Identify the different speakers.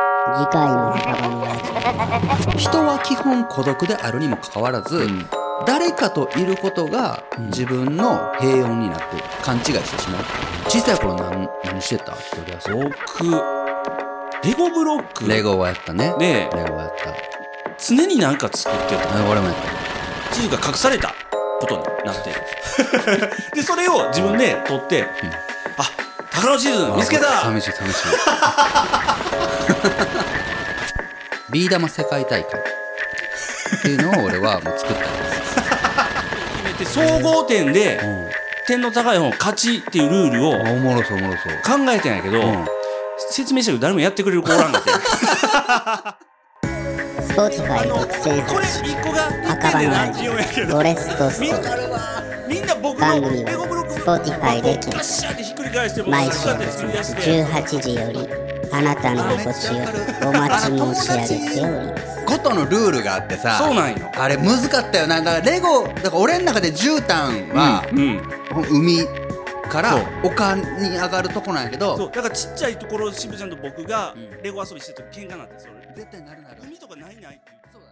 Speaker 1: 次回の墓場のラジ
Speaker 2: 人は基本孤独であるにもかかわらず、
Speaker 3: うん
Speaker 2: 誰かといることが自分の平穏になって勘違いしてしまう小さい頃何何してた一人で遊
Speaker 3: 僕、レゴブロック
Speaker 2: ぶレゴはやったねレ
Speaker 3: で
Speaker 2: ゴはやった
Speaker 3: 常になんか作ってた。
Speaker 2: あ俺もやった
Speaker 3: 地図が隠されたことになってる。で、それを自分で取って、あ、宝の地図見つけた
Speaker 2: 寂しい寂しい ビー玉世界大会っていうのを俺はもう作ったんです
Speaker 3: で総合点で
Speaker 2: ん
Speaker 3: 点の高い方の勝ちっていうルールを
Speaker 2: あおもろそうおもろそう
Speaker 3: 考えてんやけど、
Speaker 2: うん
Speaker 3: 説明したけど誰もやってくれる子おらんくて。
Speaker 1: オスポティファイ独占
Speaker 3: これ
Speaker 1: 配
Speaker 3: 一個が
Speaker 1: 墓場のラジ
Speaker 3: 一点で何十円やけ
Speaker 1: オ
Speaker 3: ど
Speaker 1: ドレスとス
Speaker 3: みん
Speaker 1: ト
Speaker 3: なみんな僕
Speaker 1: 番
Speaker 3: の
Speaker 1: 組
Speaker 3: レゴブロック
Speaker 1: は Spotify で聞く
Speaker 3: パッシャーってひっくり返して僕
Speaker 1: 毎
Speaker 3: が
Speaker 1: 週
Speaker 3: そうやって作り出して
Speaker 1: 18時よりあなたのお越しをお待ち申し上げております
Speaker 2: ことのルールがあってさ
Speaker 3: そうなんよ
Speaker 2: あれ難かったよなだからレゴだから俺の中で絨毯は、
Speaker 3: うん
Speaker 2: 海から
Speaker 3: そう
Speaker 2: 丘に上がるとこなんやけ
Speaker 3: そう
Speaker 2: ど
Speaker 3: だからちっちゃいところ渋ちゃんと僕が
Speaker 2: うん
Speaker 3: レゴ遊びしてると喧嘩になってそれ
Speaker 2: 絶対なるなる
Speaker 3: 海とかないないって言って
Speaker 2: そうだ